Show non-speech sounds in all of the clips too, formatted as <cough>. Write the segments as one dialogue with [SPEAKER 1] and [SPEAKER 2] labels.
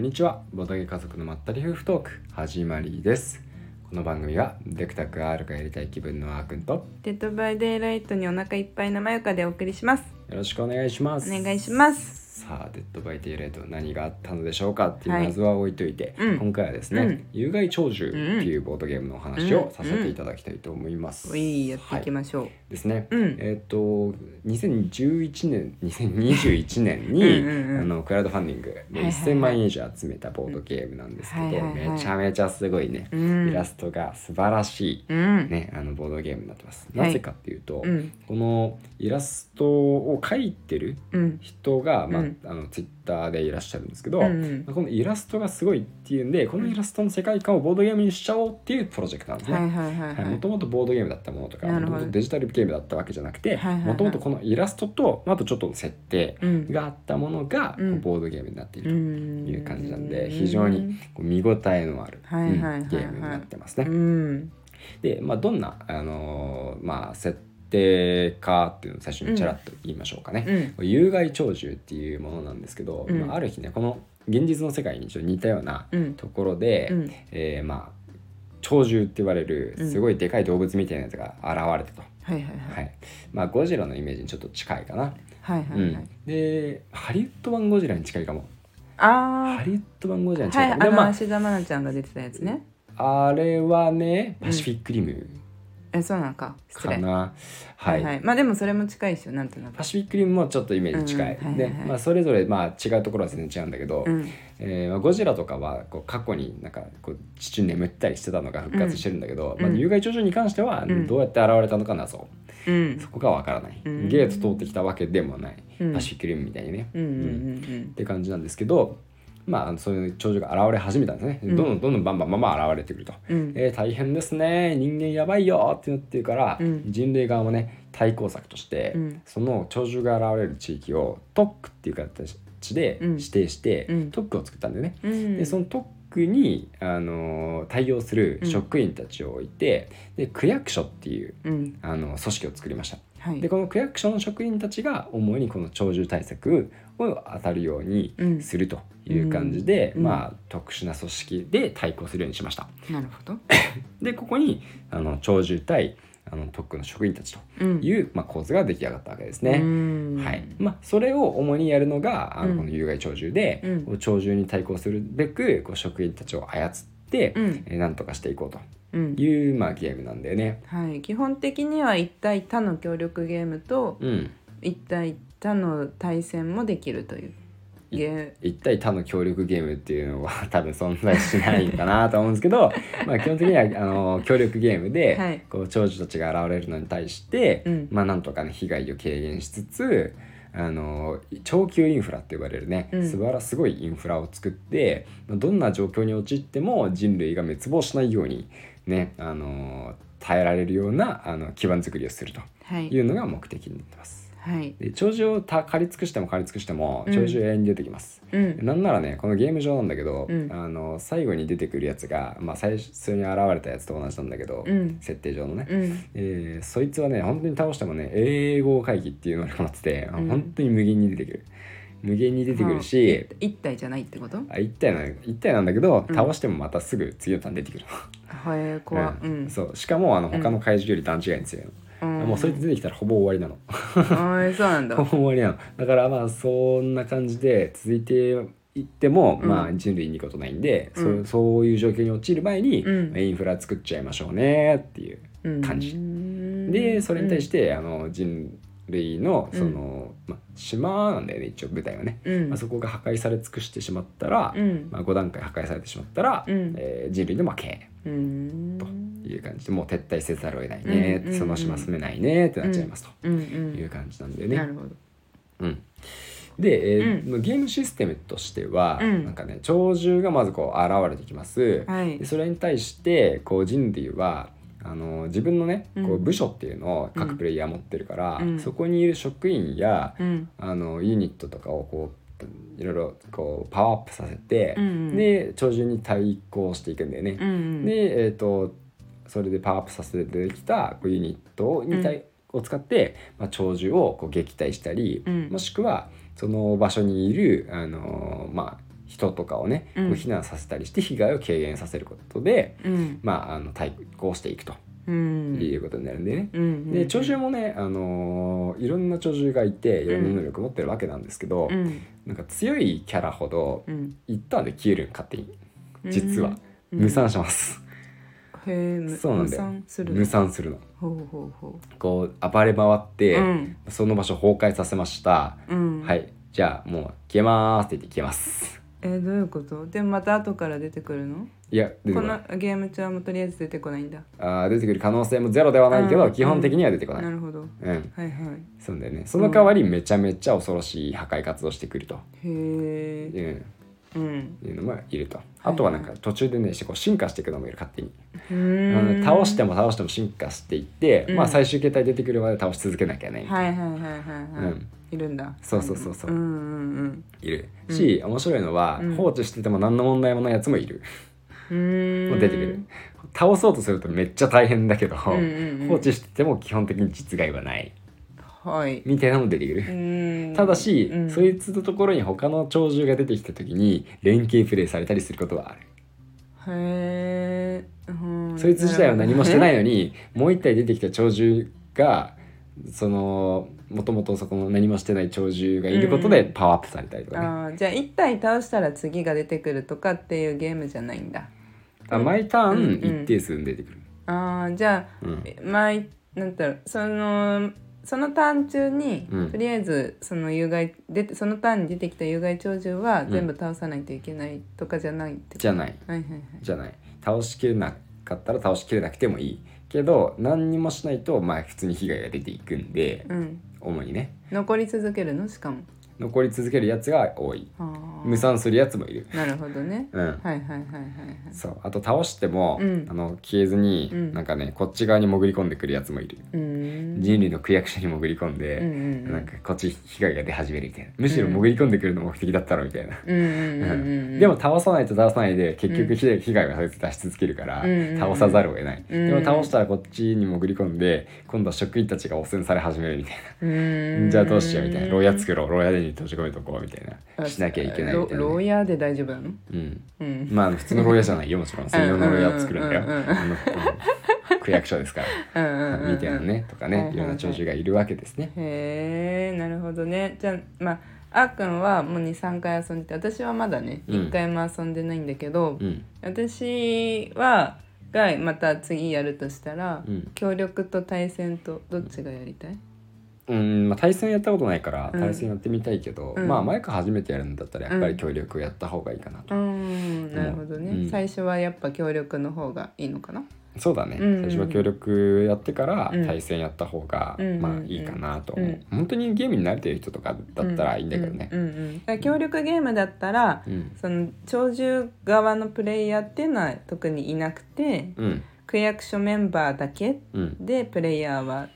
[SPEAKER 1] にちはボドゲ家族のまったり夫婦トーク始まりですこの番組はデクタク R がやりたい気分のあーくんと
[SPEAKER 2] デッドバイデイライトにお腹いっぱい生ゆかでお送りします。
[SPEAKER 1] よろしくお願いします
[SPEAKER 2] お願いします
[SPEAKER 1] さあデッドバイデイライト何があったのでしょうかっていう
[SPEAKER 2] はい
[SPEAKER 1] 謎は置いといて、
[SPEAKER 2] うん
[SPEAKER 1] 今回はですね、
[SPEAKER 2] うん
[SPEAKER 1] 有害鳥獣っていうボードゲームのお話
[SPEAKER 2] う
[SPEAKER 1] を
[SPEAKER 2] ん
[SPEAKER 1] させていただきたいと思います、
[SPEAKER 2] おいやっていきましょう。
[SPEAKER 1] ですね、
[SPEAKER 2] うん
[SPEAKER 1] えっ、と2011年2021年に
[SPEAKER 2] うんうんうん
[SPEAKER 1] あのクラウドファンディングで
[SPEAKER 2] はいはい
[SPEAKER 1] 1000万円以上集めたボードゲームなんですけど、
[SPEAKER 2] はいはいはい
[SPEAKER 1] めちゃめちゃすごいね、
[SPEAKER 2] うん
[SPEAKER 1] イラストが素晴らし
[SPEAKER 2] う
[SPEAKER 1] い、
[SPEAKER 2] ん、
[SPEAKER 1] ね、あのボードゲームになってます。
[SPEAKER 2] はい
[SPEAKER 1] なぜかっていうと、
[SPEAKER 2] うん、
[SPEAKER 1] このイラストを描いてる
[SPEAKER 2] うん、
[SPEAKER 1] 人が、まあ
[SPEAKER 2] うん
[SPEAKER 1] あのツイッターでいらっしゃるんですけど、
[SPEAKER 2] うん
[SPEAKER 1] まあこのイラストがすごいっていうんでこのイラストの世界観をボードゲームにしちゃおうっていうプロジェクトなんですね。
[SPEAKER 2] はいはいはいはい。
[SPEAKER 1] もともとボードゲームだったものとか
[SPEAKER 2] な
[SPEAKER 1] も
[SPEAKER 2] る
[SPEAKER 1] と
[SPEAKER 2] ほど
[SPEAKER 1] もとデジタルゲームだったわけじゃなくて
[SPEAKER 2] はいはいはい
[SPEAKER 1] もともとこのイラストとあとちょっと設定
[SPEAKER 2] うん、
[SPEAKER 1] があったものがこ
[SPEAKER 2] う
[SPEAKER 1] うんボードゲームになっているという感じなんで
[SPEAKER 2] うん
[SPEAKER 1] 非常にこう見応えのあるう
[SPEAKER 2] はいはいはいはい
[SPEAKER 1] んゲームになってます
[SPEAKER 2] う
[SPEAKER 1] ね。
[SPEAKER 2] ん、
[SPEAKER 1] でまあどんなあのーまあ設定かっていうのを最初にちらっと言いましょうかね。
[SPEAKER 2] うん、
[SPEAKER 1] 有害鳥獣っていうものなんですけど
[SPEAKER 2] うん
[SPEAKER 1] まあある日ねこの現実の世界にちょっと似たような
[SPEAKER 2] うん、
[SPEAKER 1] ところで
[SPEAKER 2] うん、
[SPEAKER 1] えーまあ鳥獣って言われる
[SPEAKER 2] うん
[SPEAKER 1] すごいでかい動物みたいなやつが現れたと、
[SPEAKER 2] はいはいはい
[SPEAKER 1] はいまあ、ゴジラのイメージにちょっと近いかな、
[SPEAKER 2] はいは
[SPEAKER 1] う
[SPEAKER 2] いはい
[SPEAKER 1] ん。、でハリウッド版ゴジラに近いかもハ
[SPEAKER 2] あ
[SPEAKER 1] リウッド版ゴジラ
[SPEAKER 2] あ、
[SPEAKER 1] に近
[SPEAKER 2] はいい、
[SPEAKER 1] かも、
[SPEAKER 2] あ
[SPEAKER 1] で
[SPEAKER 2] の
[SPEAKER 1] ま
[SPEAKER 2] 芦田愛菜ちゃんが出てたやつね。
[SPEAKER 1] ああれはね
[SPEAKER 2] うん
[SPEAKER 1] パシフィックリム
[SPEAKER 2] え、そうなんか、失
[SPEAKER 1] か
[SPEAKER 2] 礼。
[SPEAKER 1] な、はい、
[SPEAKER 2] はい、まあでもそれも近いですよ、なんとなく
[SPEAKER 1] パ。シフィックリムもちょっとイメージ近い、
[SPEAKER 2] うんはい
[SPEAKER 1] で
[SPEAKER 2] はいはい
[SPEAKER 1] まあ、それぞれまあ違うところは全然違うんだけど、
[SPEAKER 2] うん、
[SPEAKER 1] えーまあ、ゴジラとかはこう過去になんかこう地中に眠ったりしてたのが復活してるんだけど、
[SPEAKER 2] うん
[SPEAKER 1] まあ、有害鳥獣に関しては
[SPEAKER 2] うん
[SPEAKER 1] どうやって現れたのか謎、
[SPEAKER 2] うん
[SPEAKER 1] そ、こがわからない、
[SPEAKER 2] うん
[SPEAKER 1] ゲート通ってきたわけでもない、
[SPEAKER 2] うん
[SPEAKER 1] パシフィックリムみたいにね、
[SPEAKER 2] うん、うん、う
[SPEAKER 1] うんっ
[SPEAKER 2] ん、
[SPEAKER 1] て感じなんですけどまあそういう鳥獣が現れ始めたんですね、
[SPEAKER 2] うん
[SPEAKER 1] どんどんどんどんバンバンバンバン現れてくると、
[SPEAKER 2] うん、
[SPEAKER 1] えー大変ですね人間やばいよってなってるから、
[SPEAKER 2] うん
[SPEAKER 1] 人類側もね対抗策として、
[SPEAKER 2] うん
[SPEAKER 1] その鳥獣が現れる地域を特区っていう形で
[SPEAKER 2] うん
[SPEAKER 1] 指定して、
[SPEAKER 2] うん
[SPEAKER 1] 特区を作ったんだよね、
[SPEAKER 2] うん、
[SPEAKER 1] でその特区に、あのー対応する職員たちを置いて、で区役所っていう、
[SPEAKER 2] うん、
[SPEAKER 1] あの組織を作りました
[SPEAKER 2] はい。
[SPEAKER 1] でこの区役所の職員たちが主にこの鳥獣対策を当たるように
[SPEAKER 2] うん
[SPEAKER 1] するという感じで、
[SPEAKER 2] うん
[SPEAKER 1] まあ、特殊な組織で対抗するようにしました
[SPEAKER 2] なるほ
[SPEAKER 1] <laughs>
[SPEAKER 2] ど。
[SPEAKER 1] でここにあの鳥獣対あの特区の職員たちと
[SPEAKER 2] うん
[SPEAKER 1] いう、まあ、構図が出来上がったわけです
[SPEAKER 2] う
[SPEAKER 1] ね、
[SPEAKER 2] ん
[SPEAKER 1] はいまあ、それを主にやるのがあ
[SPEAKER 2] う
[SPEAKER 1] の
[SPEAKER 2] ん
[SPEAKER 1] この有害鳥獣で、
[SPEAKER 2] うん
[SPEAKER 1] こう鳥獣に対抗するべくこう職員たちを操って、
[SPEAKER 2] うん
[SPEAKER 1] えーなんとかしていこう
[SPEAKER 2] うん
[SPEAKER 1] という、まあ、ゲームなんだよね。
[SPEAKER 2] はい、基本的には一対他の協力ゲームと
[SPEAKER 1] うん、
[SPEAKER 2] 一対他の対戦もできるというゲ
[SPEAKER 1] 一対他の協力ゲームっていうのは <laughs> 多分存在しないのかなと思うんですけ
[SPEAKER 2] <laughs>
[SPEAKER 1] どまあ基本的にはあの協力ゲームで、
[SPEAKER 2] はい
[SPEAKER 1] こう長寿たちが現れるのに対して、
[SPEAKER 2] うん
[SPEAKER 1] まあなんとかね被害を軽減しつつあの長久インフラって呼ばれるね、
[SPEAKER 2] うん
[SPEAKER 1] 素晴らすごいインフラを作ってまあどんな状況に陥っても人類が滅亡しないようにねあの耐えられるようなあの基盤作りをすると
[SPEAKER 2] はいいう
[SPEAKER 1] のが目的になってます。
[SPEAKER 2] はい
[SPEAKER 1] で長寿をた借り尽くしても借り尽くしても
[SPEAKER 2] うん
[SPEAKER 1] 長寿永遠に出てきます。
[SPEAKER 2] うん
[SPEAKER 1] なんならねこのゲーム上なんだけど、
[SPEAKER 2] うん
[SPEAKER 1] あの最後に出てくるやつが、まあ、最初に現れたやつと同じなんだけど、
[SPEAKER 2] うん
[SPEAKER 1] 設定上のね、
[SPEAKER 2] うん
[SPEAKER 1] えーそいつはね本当に倒してもね英語会議っていうのになってて、
[SPEAKER 2] ん
[SPEAKER 1] 本当に無限に出てくる無限に出てくるし、
[SPEAKER 2] 一対じゃないってこと
[SPEAKER 1] あ一体なん一体なんだけど、
[SPEAKER 2] うん
[SPEAKER 1] 倒してもまたすぐ次のターン出てくる、
[SPEAKER 2] はい怖っ
[SPEAKER 1] う
[SPEAKER 2] うんん
[SPEAKER 1] そうしかもあの
[SPEAKER 2] うん
[SPEAKER 1] 他の怪獣より段違いに強いの、
[SPEAKER 2] うん
[SPEAKER 1] もうそいつ出てきたらほぼ終わりなの
[SPEAKER 2] あーそうなん
[SPEAKER 1] <laughs>
[SPEAKER 2] だ
[SPEAKER 1] ほぼ終わりなのだからまあそんな感じで続いていっても、
[SPEAKER 2] うん
[SPEAKER 1] まあ人類にいいことないんで、そう
[SPEAKER 2] うん
[SPEAKER 1] そういう状況に陥る前に、
[SPEAKER 2] うん
[SPEAKER 1] インフラ作っちゃいましょうねっていう感じ
[SPEAKER 2] うん
[SPEAKER 1] でそれに対して、あの人類のその、まあ、島なんだよね一応舞台はね、
[SPEAKER 2] うん
[SPEAKER 1] あそこが破壊され尽くしてしまったら、
[SPEAKER 2] うん
[SPEAKER 1] まあ、5段階破壊されてしまったら、
[SPEAKER 2] うん
[SPEAKER 1] えー人類の負け
[SPEAKER 2] うん
[SPEAKER 1] という感じでもう撤退せざるを得ないね、
[SPEAKER 2] うんうん
[SPEAKER 1] その島住めないねってなっちゃいます
[SPEAKER 2] うんう
[SPEAKER 1] というん感じなんだよね。
[SPEAKER 2] なるほど
[SPEAKER 1] うんで、えー
[SPEAKER 2] うん
[SPEAKER 1] まあゲームシステムとしては、
[SPEAKER 2] うん
[SPEAKER 1] なんかね鳥獣がまずこう現れてきます、
[SPEAKER 2] はい
[SPEAKER 1] でそれに対してこう人類はあの自分のねこ
[SPEAKER 2] う
[SPEAKER 1] うん部署っていうのを各プレイヤー持ってるから、
[SPEAKER 2] うん
[SPEAKER 1] そこにいる職員や、
[SPEAKER 2] うん
[SPEAKER 1] あのユニットとかをこういろいろこうパワーアップさせて、
[SPEAKER 2] うんうん
[SPEAKER 1] で鳥獣に対抗していくんだよね。
[SPEAKER 2] うんうん
[SPEAKER 1] で、えー、とそれでパワーアップさせて出てきたこうユニットを,、体を使って、まあ、鳥獣をこう撃退したり、
[SPEAKER 2] うん
[SPEAKER 1] もしくはその場所にいる、あのーまあ、人とかをね、
[SPEAKER 2] うん
[SPEAKER 1] こう避難させたりして被害を軽減させることで、
[SPEAKER 2] うん
[SPEAKER 1] まあ、あの対抗していくと
[SPEAKER 2] うん
[SPEAKER 1] いうことになるんでね。
[SPEAKER 2] うんうん
[SPEAKER 1] で鳥獣もね、あのーいろんな鳥獣がいていろんな能力持ってるわけなんですけど、
[SPEAKER 2] うん
[SPEAKER 1] なんか強いキャラほど
[SPEAKER 2] うん
[SPEAKER 1] 一旦で消えるん勝手に
[SPEAKER 2] うん
[SPEAKER 1] 実は
[SPEAKER 2] うん
[SPEAKER 1] 無産します、
[SPEAKER 2] へえむ
[SPEAKER 1] そうなんだよ
[SPEAKER 2] 無産するの
[SPEAKER 1] 無産するの
[SPEAKER 2] ほうほうほ
[SPEAKER 1] こう暴れ回っ
[SPEAKER 2] う
[SPEAKER 1] て、
[SPEAKER 2] うん
[SPEAKER 1] その場所崩壊させました、
[SPEAKER 2] うん
[SPEAKER 1] はいじゃあもう消えまーすって言って消えます
[SPEAKER 2] えーどういうことでもまた後から出てくるの
[SPEAKER 1] いや出て
[SPEAKER 2] こ
[SPEAKER 1] こない
[SPEAKER 2] のゲーム中はもうとりあえず出てこないんだ
[SPEAKER 1] あー出てくる可能性もゼロではないけど、
[SPEAKER 2] うん
[SPEAKER 1] 基本的には出てこない、
[SPEAKER 2] な
[SPEAKER 1] うん
[SPEAKER 2] るほどはいはい
[SPEAKER 1] そうだよねその代わりめちゃめちゃ恐ろしい破壊活動してくると、
[SPEAKER 2] へ
[SPEAKER 1] う
[SPEAKER 2] え
[SPEAKER 1] ん、
[SPEAKER 2] うん
[SPEAKER 1] いうのもいるとあとはなんか途中でねこう進化していくのもいる勝手に、
[SPEAKER 2] う
[SPEAKER 1] あ
[SPEAKER 2] ー
[SPEAKER 1] の
[SPEAKER 2] ん
[SPEAKER 1] 倒しても倒しても進化していって、
[SPEAKER 2] うん
[SPEAKER 1] まあ最終形態出てくるまで倒し続けなきゃね、
[SPEAKER 2] はいはいはいはいはい、
[SPEAKER 1] うん
[SPEAKER 2] いるんだ
[SPEAKER 1] そうそうそうそう
[SPEAKER 2] うんうん
[SPEAKER 1] いるし、面白いのは、
[SPEAKER 2] うん
[SPEAKER 1] 放置してても何の問題もないやつもいる、
[SPEAKER 2] うんうん
[SPEAKER 1] もう出てくる倒そうとするとめっちゃ大変だけど、
[SPEAKER 2] うんうんうん
[SPEAKER 1] 放置してても基本的に実害はない
[SPEAKER 2] はい
[SPEAKER 1] みたいなのも出てく
[SPEAKER 2] う
[SPEAKER 1] る、
[SPEAKER 2] ーん
[SPEAKER 1] ただし、
[SPEAKER 2] うん
[SPEAKER 1] そいつのところに他の鳥獣が出てきた時に連携プレイされたりすることはある、
[SPEAKER 2] へえ、うん
[SPEAKER 1] そいつ自体は何もして
[SPEAKER 2] い
[SPEAKER 1] ないのにもう一体出てきた鳥獣がそのもともとそこの何もしてない鳥獣がいることで
[SPEAKER 2] うん
[SPEAKER 1] パワーアップされたりとかね、
[SPEAKER 2] あーじゃあ一体倒したら次が出てくるとかっていうゲームじゃないんだ
[SPEAKER 1] あ毎タ
[SPEAKER 2] うん
[SPEAKER 1] ー
[SPEAKER 2] うん
[SPEAKER 1] ン一定数出てくる、
[SPEAKER 2] あーじゃあ
[SPEAKER 1] うん
[SPEAKER 2] 前なんだろうそのそのターン中に、
[SPEAKER 1] うん
[SPEAKER 2] とりあえずその有害出てそのターンに出てきた有害鳥獣は全部倒さないといけないとかじゃないって、
[SPEAKER 1] じゃない
[SPEAKER 2] はいはいはい
[SPEAKER 1] じゃない倒しきれなかったら倒しきれなくてもいいけど何にもしないとまあ普通に被害が出ていくんで
[SPEAKER 2] うん
[SPEAKER 1] 主にね
[SPEAKER 2] 残り続けるのしかも
[SPEAKER 1] 残り続けるやつが多い
[SPEAKER 2] あー
[SPEAKER 1] 無産するやつもいる
[SPEAKER 2] なるほどね
[SPEAKER 1] うん
[SPEAKER 2] はいはいはいはいはい
[SPEAKER 1] そうあと倒しても、
[SPEAKER 2] うん
[SPEAKER 1] あの消えずに、
[SPEAKER 2] うん
[SPEAKER 1] なんかねこっち側に潜り込んでくるやつもいる、
[SPEAKER 2] うーん
[SPEAKER 1] 人類の区役所に潜り込んで、
[SPEAKER 2] うんうんうん
[SPEAKER 1] なんかこっち被害が出始めるみたいなむしろ潜り込んでくるの目的だったろみたいな、
[SPEAKER 2] うんうんうんうんうん
[SPEAKER 1] でも倒さないと倒さないで結
[SPEAKER 2] う
[SPEAKER 1] 局被害被害はそいつ出し続けるから、
[SPEAKER 2] うんうんうん
[SPEAKER 1] 倒さざるを得ない、
[SPEAKER 2] うん
[SPEAKER 1] でも倒したらこっちに潜り込んで今度は職員たちが汚染され始めるみたいうな、
[SPEAKER 2] ーん
[SPEAKER 1] じゃあどうしようみたいな牢屋作ろう牢屋に閉じ込めとこうみたいなしなきゃいけないみたいな
[SPEAKER 2] ろ
[SPEAKER 1] ね、
[SPEAKER 2] 牢屋で大丈夫なの
[SPEAKER 1] うん、
[SPEAKER 2] うん
[SPEAKER 1] まあ普通の牢屋じゃないよもちろん専用の牢屋作るんだよ
[SPEAKER 2] うんうんうんうん
[SPEAKER 1] あのうん区役所ですから
[SPEAKER 2] うんうんうんうん
[SPEAKER 1] みたいなねとか
[SPEAKER 2] はいは
[SPEAKER 1] ね
[SPEAKER 2] いはい
[SPEAKER 1] いろんな長寿がいるわけですね。
[SPEAKER 2] へえなるほどねじゃあまああっくんはもう23回遊んでて私はまだね
[SPEAKER 1] うん
[SPEAKER 2] 1回も遊んでないんだけど、
[SPEAKER 1] うん
[SPEAKER 2] 私はがまた次やるとしたら、
[SPEAKER 1] うん
[SPEAKER 2] 協力と対戦とどっちがやりたい
[SPEAKER 1] うんまあ、対戦やったことないから
[SPEAKER 2] うん
[SPEAKER 1] 対戦やってみたいけど、
[SPEAKER 2] うん
[SPEAKER 1] まあ前から初めてやるんだったらやっぱり協力をやった方がいいかなと、
[SPEAKER 2] うんなるほどね、
[SPEAKER 1] うん
[SPEAKER 2] 最初はやっぱ協力の方がいいのかな
[SPEAKER 1] そうだね、
[SPEAKER 2] うんうん
[SPEAKER 1] 最初は協力やってから
[SPEAKER 2] うん
[SPEAKER 1] 対戦やった方が、
[SPEAKER 2] うんうんうん
[SPEAKER 1] まあいいかなと思う、
[SPEAKER 2] うん
[SPEAKER 1] 本当にゲームに慣れてる人とかだったらいいんだけどね
[SPEAKER 2] う、んうんうんだから協力ゲームだったら、
[SPEAKER 1] うん
[SPEAKER 2] その鳥獣側のプレイヤーっていうのは特にいなくて
[SPEAKER 1] うん
[SPEAKER 2] 区役所メンバーだけ
[SPEAKER 1] うん、
[SPEAKER 2] でプレイヤーは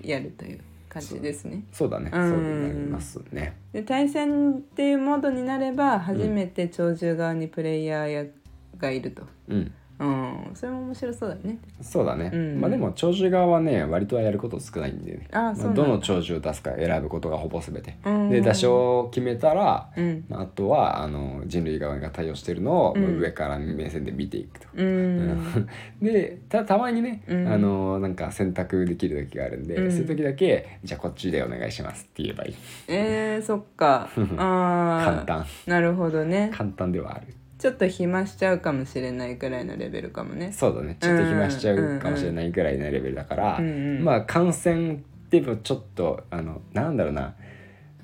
[SPEAKER 2] やるという感じですね。
[SPEAKER 1] そうだね、
[SPEAKER 2] うん
[SPEAKER 1] そうになりますね
[SPEAKER 2] で対戦っていうモードになれば初めて鳥獣側にプレイヤーがいると。
[SPEAKER 1] うん
[SPEAKER 2] うん、それも面白そうだね。
[SPEAKER 1] そうだね、
[SPEAKER 2] うん
[SPEAKER 1] まあでも長寿側はね割とはやること少ないんでね
[SPEAKER 2] あー
[SPEAKER 1] ま
[SPEAKER 2] そうな
[SPEAKER 1] あ、
[SPEAKER 2] んだ
[SPEAKER 1] どの長寿を出すか選ぶことがほぼ全て、
[SPEAKER 2] うん
[SPEAKER 1] で出しを決めたら、
[SPEAKER 2] うん
[SPEAKER 1] まああとはあの人類側が対応してるのを
[SPEAKER 2] うん
[SPEAKER 1] 上から目線で見ていくと。
[SPEAKER 2] うん、
[SPEAKER 1] <laughs> でたたまにね、
[SPEAKER 2] うん
[SPEAKER 1] あのなんか選択できる時があるんで、
[SPEAKER 2] うん
[SPEAKER 1] そういう時だけ「じゃあこっちでお願いします」って言えばいい
[SPEAKER 2] えー、そっ
[SPEAKER 1] <laughs>
[SPEAKER 2] か。
[SPEAKER 1] 簡
[SPEAKER 2] ああ、
[SPEAKER 1] 単
[SPEAKER 2] なるほどね。
[SPEAKER 1] 簡単ではある
[SPEAKER 2] ちょっと暇しちゃうかもしれないくらいのレベルかもね。
[SPEAKER 1] そうだねちょっと暇しちゃうかもしれないぐらいのレベルだから、
[SPEAKER 2] うんうん、
[SPEAKER 1] まあ感染でもちょっとあのなんだろうな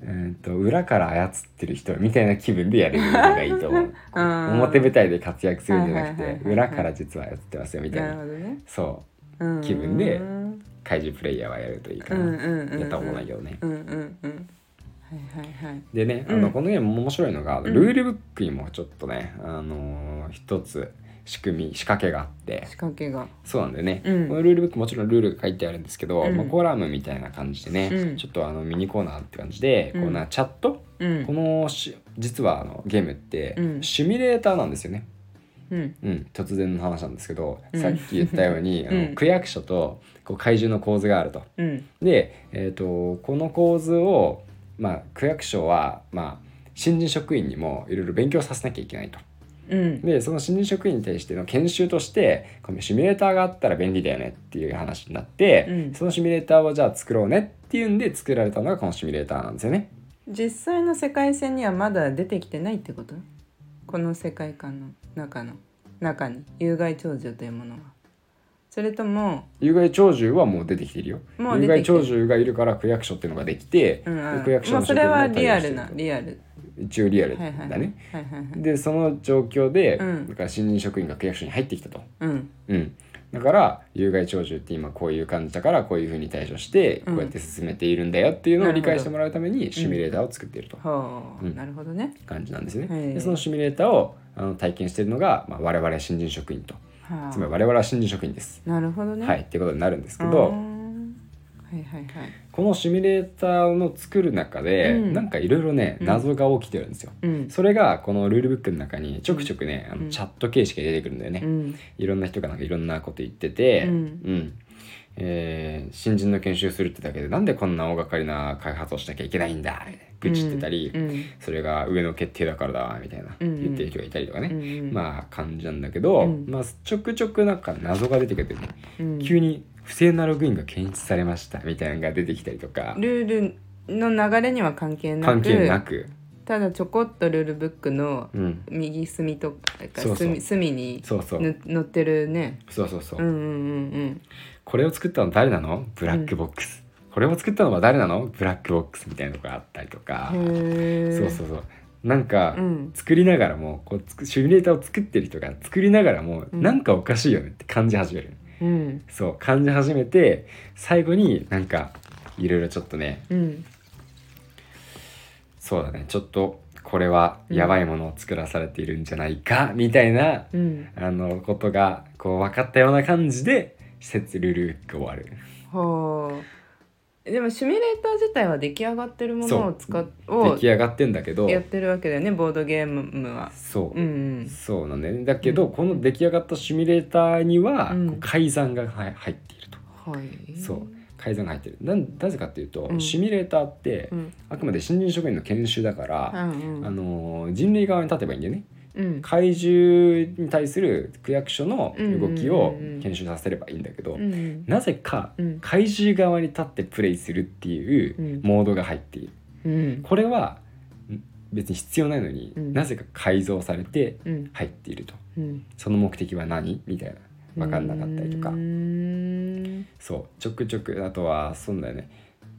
[SPEAKER 1] うーんと裏から操ってる人みたいな気分でやれるのがいいと思う
[SPEAKER 2] <laughs> うん
[SPEAKER 1] 表舞台で活躍するんじゃなく
[SPEAKER 2] はいはいはい
[SPEAKER 1] て
[SPEAKER 2] はい
[SPEAKER 1] 裏から実は操ってますよみたい
[SPEAKER 2] な
[SPEAKER 1] な
[SPEAKER 2] るほどね。
[SPEAKER 1] そ
[SPEAKER 2] うん
[SPEAKER 1] 気分で
[SPEAKER 2] うん
[SPEAKER 1] う怪獣プレイヤーはやるといいか
[SPEAKER 2] う
[SPEAKER 1] な、
[SPEAKER 2] んうんうん。
[SPEAKER 1] やった方がいいよね、
[SPEAKER 2] うんうんうん。はいはいはい。
[SPEAKER 1] でねあ
[SPEAKER 2] うん
[SPEAKER 1] のこのゲーム面白いのが、
[SPEAKER 2] ん
[SPEAKER 1] ルールブックにもちょっとね、あのー一つ仕組み仕掛けがあって
[SPEAKER 2] 仕掛けが。
[SPEAKER 1] そうなんだよね、
[SPEAKER 2] うん
[SPEAKER 1] このルールブックもちろんルールが書いてあるんですけど、
[SPEAKER 2] うん
[SPEAKER 1] まあ、コラムみたいな感じでね、
[SPEAKER 2] うん
[SPEAKER 1] ちょっとあのミニコーナーって感じで、
[SPEAKER 2] うん
[SPEAKER 1] こんなチャット、
[SPEAKER 2] うん
[SPEAKER 1] こ。のし実はあのゲームって
[SPEAKER 2] うん
[SPEAKER 1] シミュレーターなんですよね、
[SPEAKER 2] うん。
[SPEAKER 1] うん、突然の話なんですけど、
[SPEAKER 2] うん
[SPEAKER 1] さっき言ったように、あ
[SPEAKER 2] うん
[SPEAKER 1] の区役所とこう怪獣の構図があると。
[SPEAKER 2] うん。
[SPEAKER 1] で、えー、とこの構図を、まあ、区役所は、まあ、新人職員にもいろいろ勉強させなきゃいけないと。
[SPEAKER 2] うん
[SPEAKER 1] でその新人職員に対しての研修としてこのシミュレーターがあったら便利だよねっていう話になって、
[SPEAKER 2] うん
[SPEAKER 1] そのシミュレーターをじゃあ作ろうねっていうんで作られたのがこのシミュレーターなんですよね。
[SPEAKER 2] 実際の世界線にはまだ出てきてないってことこの世界観の中の中に有害鳥獣というものはそれとも
[SPEAKER 1] 有害鳥獣はもう出てきてるよ。
[SPEAKER 2] もう
[SPEAKER 1] 有
[SPEAKER 2] 出
[SPEAKER 1] 害
[SPEAKER 2] てきてる
[SPEAKER 1] 鳥獣がいるから区役所っていうのができて、
[SPEAKER 2] うんうん
[SPEAKER 1] 区役所
[SPEAKER 2] も
[SPEAKER 1] の
[SPEAKER 2] う
[SPEAKER 1] 職
[SPEAKER 2] そ
[SPEAKER 1] 員
[SPEAKER 2] れ
[SPEAKER 1] も
[SPEAKER 2] は
[SPEAKER 1] 対
[SPEAKER 2] リ
[SPEAKER 1] 応
[SPEAKER 2] ア
[SPEAKER 1] して
[SPEAKER 2] ル
[SPEAKER 1] る
[SPEAKER 2] なリアル
[SPEAKER 1] と一応リアルだ
[SPEAKER 2] はい
[SPEAKER 1] ね。
[SPEAKER 2] はいはいはいはいはい
[SPEAKER 1] でその状況で、
[SPEAKER 2] うん
[SPEAKER 1] だから新人職員が区役所に入ってきたと。
[SPEAKER 2] うん
[SPEAKER 1] うん、だから有害鳥獣って今こういう感じだからこういうふうに対処して
[SPEAKER 2] う
[SPEAKER 1] こ
[SPEAKER 2] ん
[SPEAKER 1] うやって進めているんだよっていうのを
[SPEAKER 2] なる
[SPEAKER 1] 理
[SPEAKER 2] ほど
[SPEAKER 1] 解してもらうためにシミュレーターを作っていると
[SPEAKER 2] ほう、
[SPEAKER 1] うん
[SPEAKER 2] なるほどね
[SPEAKER 1] 感じなんですね。
[SPEAKER 2] へえ
[SPEAKER 1] でそのシミュレーターをあの体験しているのが、まあ、我々新人職員と
[SPEAKER 2] はあ
[SPEAKER 1] つまり我々は新人職員です。
[SPEAKER 2] なるほどね
[SPEAKER 1] はいっていうことになるんですけ
[SPEAKER 2] うー
[SPEAKER 1] ど
[SPEAKER 2] んはいはいはい
[SPEAKER 1] このシミュレーターの作る中で、
[SPEAKER 2] うん
[SPEAKER 1] なんかいろいろね
[SPEAKER 2] うん
[SPEAKER 1] 謎が起きてるんですよ。
[SPEAKER 2] うん
[SPEAKER 1] それがこのルールブックの中にちょくちょくね、あ
[SPEAKER 2] う
[SPEAKER 1] の
[SPEAKER 2] ん
[SPEAKER 1] チャット形式で出てくるんだよね。
[SPEAKER 2] うん
[SPEAKER 1] いろんな人がなんかいろんなこと言ってて、
[SPEAKER 2] うん
[SPEAKER 1] えー新人の研修するってだけでなんでこんな大掛かりな開発をしなきゃいけないんだ愚痴ってたり、
[SPEAKER 2] うん
[SPEAKER 1] それが上の決定だからだみたいな
[SPEAKER 2] うんうん
[SPEAKER 1] 言ってる人がいたりとか
[SPEAKER 2] う
[SPEAKER 1] ね、
[SPEAKER 2] ん
[SPEAKER 1] まあ感じなんだけど、
[SPEAKER 2] うん
[SPEAKER 1] まあ、ちょくちょくなんか謎が出てくる、ね
[SPEAKER 2] うん
[SPEAKER 1] 急に不正なログインが検出されましたみたいなのが出てきたりとか
[SPEAKER 2] ルールの流れには関係なく
[SPEAKER 1] 関係なく、
[SPEAKER 2] ただちょこっとルールブックの
[SPEAKER 1] うん、
[SPEAKER 2] 右隅とか
[SPEAKER 1] そうそう
[SPEAKER 2] 隅隅に
[SPEAKER 1] そうそう、
[SPEAKER 2] ぬ載ってるね
[SPEAKER 1] そうそうそう、
[SPEAKER 2] うんうんうん
[SPEAKER 1] これを作ったの誰なのブラックボックス、これを作ったのは誰なのブラックボックスみたいなのがあったりとか、
[SPEAKER 2] うんへえ
[SPEAKER 1] そうそうそうなんか、
[SPEAKER 2] うん
[SPEAKER 1] 作りながらもこうつくシミュレーターを作ってる人が作りながらも、
[SPEAKER 2] うん
[SPEAKER 1] なんかおかしいよねって感じ始める
[SPEAKER 2] うん
[SPEAKER 1] そう感じ始めて最後になんかいろいろちょっとね
[SPEAKER 2] うん
[SPEAKER 1] そうだねちょっとこれはやばいものを作らされているんじゃないか、みたいな
[SPEAKER 2] うん
[SPEAKER 1] あのことがこう分かったような感じで説ルールブック終わる。
[SPEAKER 2] ほうでもシミュレーター自体は出来上がってるものを使っ
[SPEAKER 1] 出
[SPEAKER 2] を
[SPEAKER 1] 来上がってんだけど
[SPEAKER 2] やってるわけだよねボードゲームは
[SPEAKER 1] そう、
[SPEAKER 2] うんうん
[SPEAKER 1] そうなんだよねだけど、
[SPEAKER 2] うん
[SPEAKER 1] この出来上がったシミュレーターには、
[SPEAKER 2] うん
[SPEAKER 1] こう改ざんがは入っていると
[SPEAKER 2] はい
[SPEAKER 1] そう改ざんが入ってるなんなぜかっていうと、
[SPEAKER 2] うん
[SPEAKER 1] シミュレーターって、
[SPEAKER 2] うん
[SPEAKER 1] あくまで新人職員の研修だから、
[SPEAKER 2] うん
[SPEAKER 1] あのー人類側に立てばいいんだよね
[SPEAKER 2] うん
[SPEAKER 1] 怪獣に対する区役所の動きを
[SPEAKER 2] うんうんうんうん
[SPEAKER 1] 研修させればいいんだけど、
[SPEAKER 2] うん
[SPEAKER 1] なぜか
[SPEAKER 2] うん
[SPEAKER 1] 怪獣側に立ってプレイするっていう
[SPEAKER 2] うん
[SPEAKER 1] モードが入っている
[SPEAKER 2] うん
[SPEAKER 1] これはん別に必要ないのに、
[SPEAKER 2] うん
[SPEAKER 1] なぜか改造されて
[SPEAKER 2] うん
[SPEAKER 1] 入っていると
[SPEAKER 2] うん
[SPEAKER 1] その目的は何みたいな分かんなかったりとか
[SPEAKER 2] うーん
[SPEAKER 1] そうちょくちょくあとはそうだよね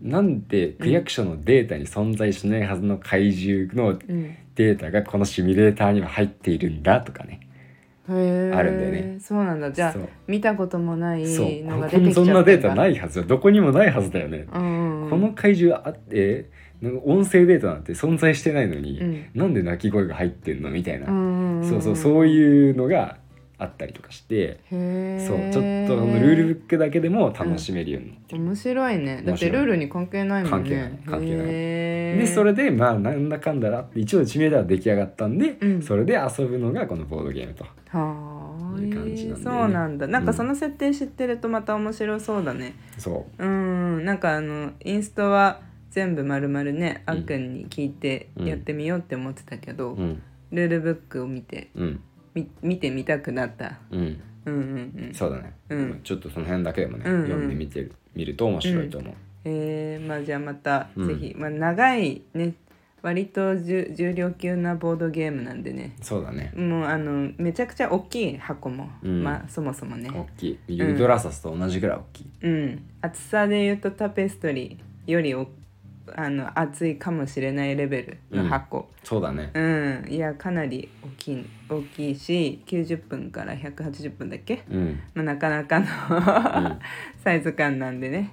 [SPEAKER 1] なんで区役所のデータに存在しないはずの怪獣の
[SPEAKER 2] うん
[SPEAKER 1] データがこのシミュレーターには入っているんだとかね
[SPEAKER 2] あるん
[SPEAKER 1] あるんだよね
[SPEAKER 2] そうなんだじゃ
[SPEAKER 1] そ
[SPEAKER 2] あ
[SPEAKER 1] う
[SPEAKER 2] 見たこともない
[SPEAKER 1] そう
[SPEAKER 2] のが
[SPEAKER 1] ここ
[SPEAKER 2] 出て
[SPEAKER 1] に
[SPEAKER 2] きちゃ
[SPEAKER 1] そ
[SPEAKER 2] った、
[SPEAKER 1] んなデータないいはずだどこにもないはずだよね、
[SPEAKER 2] うんうん、
[SPEAKER 1] この怪獣あってなんか音声データなんて存在してないのに、
[SPEAKER 2] うん
[SPEAKER 1] なんで鳴き声が入ってんのみたいな、
[SPEAKER 2] うんんん
[SPEAKER 1] そうそうそう
[SPEAKER 2] う
[SPEAKER 1] いうのがあったりとかして、
[SPEAKER 2] へー
[SPEAKER 1] そうちょっとあのルールブックだけでも楽しめるようになってる
[SPEAKER 2] 面白いねだっ
[SPEAKER 1] 面白
[SPEAKER 2] て
[SPEAKER 1] い
[SPEAKER 2] ルールに関係ないも
[SPEAKER 1] 関
[SPEAKER 2] んね
[SPEAKER 1] 係ない関係ない
[SPEAKER 2] 係
[SPEAKER 1] でそれでまあなんだかんだなって一応知名度は出来上がったんで、
[SPEAKER 2] うん
[SPEAKER 1] それで遊ぶのがこのボードゲームと
[SPEAKER 2] はーい
[SPEAKER 1] いう感じなんだよね
[SPEAKER 2] そうなんだなん
[SPEAKER 1] う
[SPEAKER 2] か
[SPEAKER 1] ん
[SPEAKER 2] その設定知ってるとまた面白そうだね
[SPEAKER 1] そ
[SPEAKER 2] うんなんかあのインストは全部まるまるねあっくんに聞いて
[SPEAKER 1] うん
[SPEAKER 2] やってみようって思ってたけど、
[SPEAKER 1] ううん
[SPEAKER 2] ルールブックを見て
[SPEAKER 1] うん
[SPEAKER 2] み見てみたくなった
[SPEAKER 1] うん
[SPEAKER 2] うんうんうん
[SPEAKER 1] そうだね、
[SPEAKER 2] うん
[SPEAKER 1] ちょっとその辺だけでもね、
[SPEAKER 2] うんうん
[SPEAKER 1] 読んでみてる見ると面白いと思う、
[SPEAKER 2] えー、まあじゃあまた
[SPEAKER 1] うん
[SPEAKER 2] ぜひ、まあ長いね割と重重量級なボードゲームなんでね
[SPEAKER 1] そうだね
[SPEAKER 2] もうあのめちゃくちゃ大きい箱も、
[SPEAKER 1] うん
[SPEAKER 2] まあそもそも
[SPEAKER 1] 大
[SPEAKER 2] ね
[SPEAKER 1] きいユードラサスと同じぐらい大きい、
[SPEAKER 2] うん厚さで言うとタペストリーよりおあの厚いかもしれないレベルの箱
[SPEAKER 1] そうだね
[SPEAKER 2] うん、いやかなり大きい大きいし90分から180分だっけ、
[SPEAKER 1] うん、
[SPEAKER 2] まあ、なかなか
[SPEAKER 1] う
[SPEAKER 2] の
[SPEAKER 1] ん
[SPEAKER 2] <laughs> サイズ感なんでね、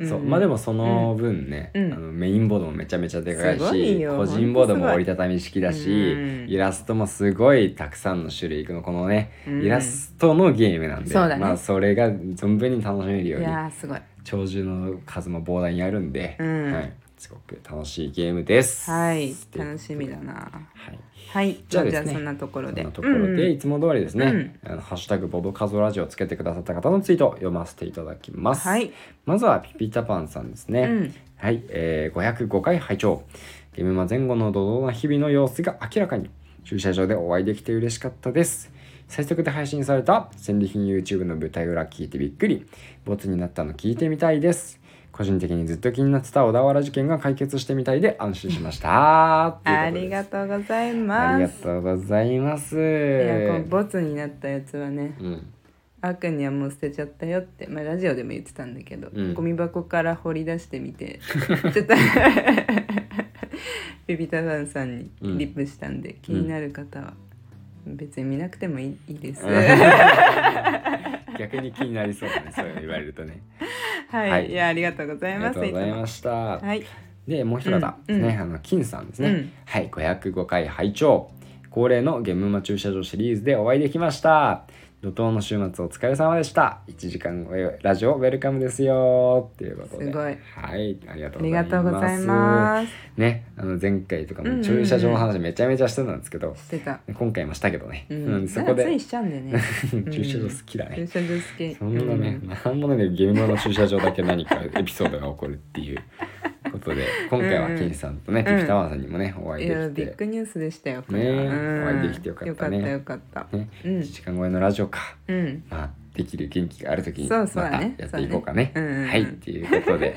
[SPEAKER 2] ん
[SPEAKER 1] そうまあでもその分ね、
[SPEAKER 2] うん
[SPEAKER 1] あのメインボードもめちゃめちゃでかいし
[SPEAKER 2] すごいよ
[SPEAKER 1] 個人ボード
[SPEAKER 2] ほんとす
[SPEAKER 1] も
[SPEAKER 2] ごい
[SPEAKER 1] 折りたたみ式だし、
[SPEAKER 2] うん
[SPEAKER 1] イラストもすごいたくさんの種類のこのね、
[SPEAKER 2] うん
[SPEAKER 1] イラストのゲームなんで
[SPEAKER 2] そうだね
[SPEAKER 1] まあ、それが存分に楽しめるよう
[SPEAKER 2] い
[SPEAKER 1] に
[SPEAKER 2] やーすごい
[SPEAKER 1] 鳥獣の数も膨大にあるんで、
[SPEAKER 2] うん
[SPEAKER 1] はい、すごく楽しいゲームです。
[SPEAKER 2] はい
[SPEAKER 1] とう
[SPEAKER 2] 楽しみだな
[SPEAKER 1] はい
[SPEAKER 2] はい
[SPEAKER 1] じ
[SPEAKER 2] じ
[SPEAKER 1] ゃ
[SPEAKER 2] ゃ
[SPEAKER 1] あ
[SPEAKER 2] あ,、
[SPEAKER 1] ですね
[SPEAKER 2] そんなところ
[SPEAKER 1] そ
[SPEAKER 2] で
[SPEAKER 1] んなところでいつも通りですね、あのハッシュタグボブカズオラジオをつけてくださった方のツイートを読ませていただきます。
[SPEAKER 2] はい
[SPEAKER 1] まずはピピタパンさんですね。
[SPEAKER 2] うん
[SPEAKER 1] はい、えー505回拝聴ゲームマ前後の怒涛な日々の様子が明らかに駐車場でお会いできて嬉しかったです最速で配信された戦利品 YouTube の舞台裏聞いてびっくりボツになったの聞いてみたいです個人的にずっと気になってた小田原事件が解決してみたいで安心しました
[SPEAKER 2] <laughs> ありが
[SPEAKER 1] と
[SPEAKER 2] とうございう
[SPEAKER 1] あ
[SPEAKER 2] ま
[SPEAKER 1] りが
[SPEAKER 2] す
[SPEAKER 1] とうございます
[SPEAKER 2] いやこのボツになったやつはね
[SPEAKER 1] うん
[SPEAKER 2] あーくんにはもう捨てちゃったよって、まあ、ラジオでも言ってたんだけど、
[SPEAKER 1] うん
[SPEAKER 2] ゴミ箱から掘り出して
[SPEAKER 1] <laughs>
[SPEAKER 2] みてちょっとビビタファンさんにリップしたんで、気になる方は別に見なくてもいいい
[SPEAKER 1] <laughs>
[SPEAKER 2] いです。
[SPEAKER 1] 逆に気になりそうだねそういうの言われるとね
[SPEAKER 2] はい、、
[SPEAKER 1] はいい
[SPEAKER 2] や <laughs> ありがとうござ
[SPEAKER 1] あ
[SPEAKER 2] い
[SPEAKER 1] り
[SPEAKER 2] ま
[SPEAKER 1] が
[SPEAKER 2] す。
[SPEAKER 1] とうございました、
[SPEAKER 2] つもはい、
[SPEAKER 1] でもう一方ですね、
[SPEAKER 2] うん
[SPEAKER 1] あの金さんですね、
[SPEAKER 2] うん
[SPEAKER 1] はい505回拝聴恒例のゲームマ駐車場シリーズでお会いできました怒涛の週末お疲れ様でした1時間ラジオウェルカムですよっていうことです
[SPEAKER 2] ごい
[SPEAKER 1] はいありがとうご
[SPEAKER 2] あ
[SPEAKER 1] ざい
[SPEAKER 2] り
[SPEAKER 1] ます
[SPEAKER 2] がとうございます。
[SPEAKER 1] ねあの前回とか
[SPEAKER 2] うんうんう
[SPEAKER 1] も
[SPEAKER 2] ん
[SPEAKER 1] 駐車場の話めちゃめちゃしてたんですけど、
[SPEAKER 2] してた。
[SPEAKER 1] 今回もしたけどね、
[SPEAKER 2] うん、
[SPEAKER 1] うんそこ
[SPEAKER 2] なんかつ
[SPEAKER 1] で
[SPEAKER 2] いしちゃうんだよね。う
[SPEAKER 1] <laughs>
[SPEAKER 2] ん
[SPEAKER 1] 駐車場好きだね、
[SPEAKER 2] 駐車場好き。
[SPEAKER 1] そんなね
[SPEAKER 2] う、ん
[SPEAKER 1] なんもないゲームの駐車場だけ何かエピソードが起こるっていうことで、今回は金さんとね、
[SPEAKER 2] うん
[SPEAKER 1] ピピタワーさんにもね、お会い
[SPEAKER 2] いやビ
[SPEAKER 1] でき
[SPEAKER 2] ッ
[SPEAKER 1] て、
[SPEAKER 2] グニュースでしたよ。こ
[SPEAKER 1] ね
[SPEAKER 2] れは
[SPEAKER 1] え
[SPEAKER 2] うん
[SPEAKER 1] お会いできてよかったね
[SPEAKER 2] よかったよかった。
[SPEAKER 1] ね、
[SPEAKER 2] うん
[SPEAKER 1] 1時間超えのラジオか、
[SPEAKER 2] うん。
[SPEAKER 1] まあ、できる元気がある時に、
[SPEAKER 2] そ
[SPEAKER 1] ま
[SPEAKER 2] うそうだ
[SPEAKER 1] た
[SPEAKER 2] ね
[SPEAKER 1] やっていこうかね。
[SPEAKER 2] そうだねうんうんうん
[SPEAKER 1] はい、っていうことで、
[SPEAKER 2] <laughs>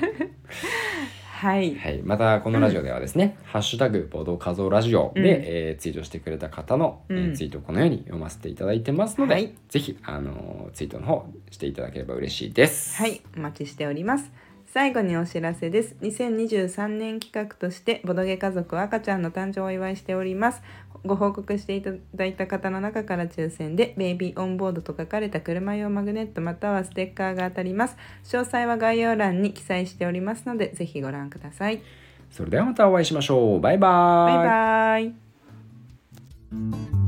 [SPEAKER 2] はい。
[SPEAKER 1] はい、またこのラジオではですね、ハッシュタグ、ボード画像ラジオで、
[SPEAKER 2] うん
[SPEAKER 1] えーツイートしてくれた方の、えー
[SPEAKER 2] うん
[SPEAKER 1] ツイートをこのように読ませていただいてますので、
[SPEAKER 2] はい
[SPEAKER 1] ぜひ、あのーツイートの方していただければ嬉しいです。
[SPEAKER 2] はい、お待ちしております。最後にお知らせです。2023年企画として、ボドゲ家族赤ちゃんの誕生をお祝いしております。ご報告していただいた方の中から抽選で、ベイビーオンボードと書かれた車用マグネットまたはステッカーが当たります。詳細は概要欄に記載しておりますので、ぜひご覧ください。
[SPEAKER 1] それではまたお会いしましょう。バイバ
[SPEAKER 2] バ
[SPEAKER 1] ー
[SPEAKER 2] イバイ。
[SPEAKER 1] 「